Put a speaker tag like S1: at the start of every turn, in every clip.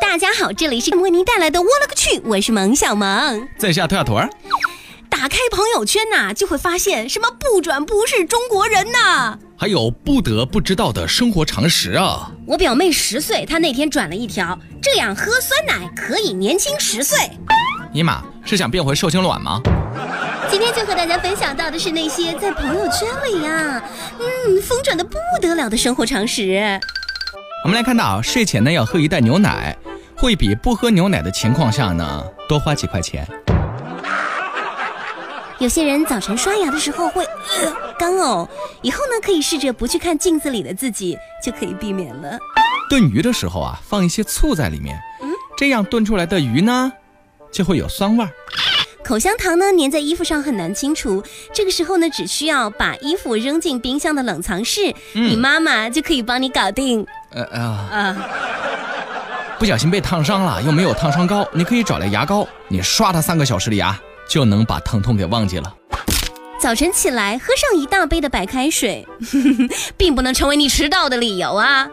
S1: 大家好，这里是为您带来的我勒个去，我是萌小萌。
S2: 在下特小团儿，
S1: 打开朋友圈呐、就会发现什么不转不是中国人呐、
S2: 还有不得不知道的生活常识啊！
S1: 我表妹十岁，她那天转了一条：这样喝酸奶可以年轻十岁。
S2: 尼玛是想变回受精卵吗？
S1: 今天就和大家分享到的是那些在朋友圈里呀、嗯，疯转的不得了的生活常识。
S2: 我们来看到，睡前呢要喝一袋牛奶，会比不喝牛奶的情况下呢多花几块钱。
S1: 有些人早晨刷牙的时候会、呃、干呕，以后呢可以试着不去看镜子里的自己，就可以避免了。
S2: 炖鱼的时候啊，放一些醋在里面，这样炖出来的鱼呢就会有酸味儿。
S1: 口香糖呢粘在衣服上很难清除，这个时候呢只需要把衣服扔进冰箱的冷藏室，你妈妈就可以帮你搞定
S2: 呃呃，
S1: 啊。
S2: 不小心被烫伤了，又没有烫伤膏，你可以找来牙膏，你刷它三个小时的牙，就能把疼痛给忘记了。
S1: 早晨起来喝上一大杯的白开水， 并不能成为你迟到的理由啊。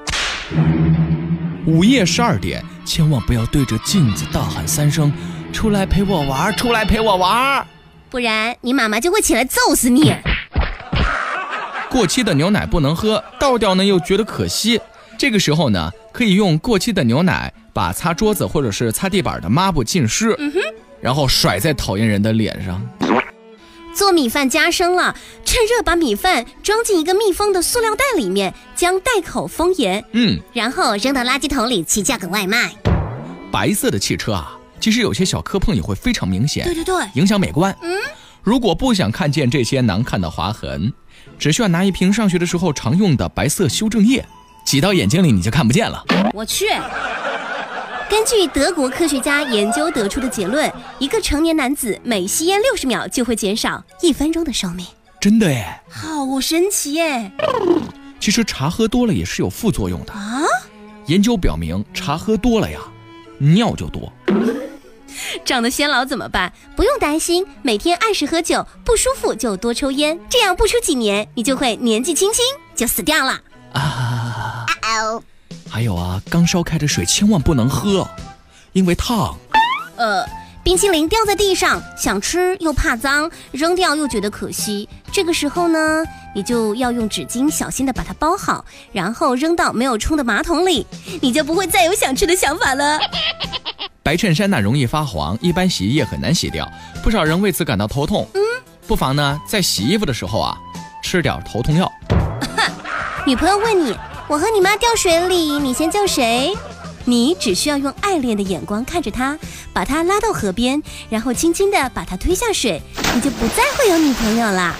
S2: 午夜十二点，千万不要对着镜子大喊三声：“出来陪我玩儿，出来陪我玩儿。”
S1: 不然你妈妈就会起来揍死你。
S2: 过期的牛奶不能喝，倒掉呢又觉得可惜。这个时候呢，可以用过期的牛奶把擦桌子或者是擦地板的抹布浸湿，然后甩在讨厌人的脸上。
S1: 做米饭加生了，趁热把米饭装进一个密封的塑料袋里面，将袋口封严，
S2: 嗯，
S1: 然后扔到垃圾桶里起价格外卖。
S2: 白色的汽车啊，其实有些小磕碰也会非常明显，
S1: 对对，
S2: 影响美观。嗯，如果不想看见这些难看的划痕，只需要拿一瓶上学的时候常用的白色修正液挤到眼睛里，你就看不见了。
S1: 我去。根据德国科学家研究得出的结论，一个成年男子每吸烟六十秒就会减少一分钟的寿命，
S2: 真的耶。
S1: 好神奇耶！
S2: 其实茶喝多了也是有副作用的。
S1: 啊，
S2: 研究表明，茶喝多了呀，尿就多。
S1: 长得显老怎么办？不用担心，每天按时喝酒，不舒服就多抽烟，这样不出几年，你就会年纪轻轻就死掉了。
S2: 还有啊，刚烧开的水千万不能喝，因为烫。
S1: 呃，冰淇淋掉在地上，想吃又怕脏，扔掉又觉得可惜。这个时候呢，你就要用纸巾小心的把它包好，然后扔到没有冲的马桶里，你就不会再有想吃的想法了。
S2: 白衬衫呢容易发黄，一般洗衣液很难洗掉，不少人为此感到头痛。嗯，不妨呢在洗衣服的时候啊，吃点头痛药。
S1: 女朋友问你：“我和你妈掉水里，你先救谁？”你只需要用爱恋的眼光看着她，把她拉到河边，然后轻轻地把她推下水，你就不再会有女朋友啦。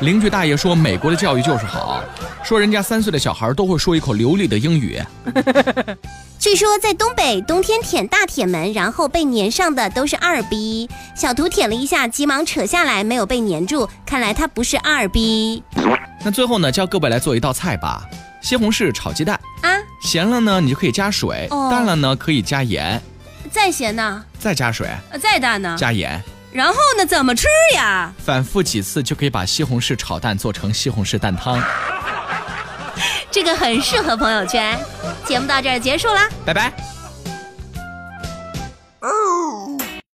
S2: 邻居大爷说美国的教育就是好，说人家三岁的小孩都会说一口流利的英语。
S1: 据说在东北，冬天舔大铁门，然后被粘上的都是二逼。小图舔了一下，急忙扯下来，没有被粘住，看来他不是二逼
S2: 那最后呢，教各位来做一道菜吧：西红柿炒鸡蛋。
S1: 啊！
S2: 咸了呢，你就可以加水；
S1: 哦
S2: 淡了呢，可以加盐，
S1: 再咸呢？
S2: 再加水，
S1: 呃再淡呢？
S2: 加盐，
S1: 然后呢？怎么吃呀？
S2: 反复几次就可以把西红柿炒蛋做成西红柿蛋汤。
S1: 这个很适合朋友圈。节目到这儿结束啦。
S2: 拜拜。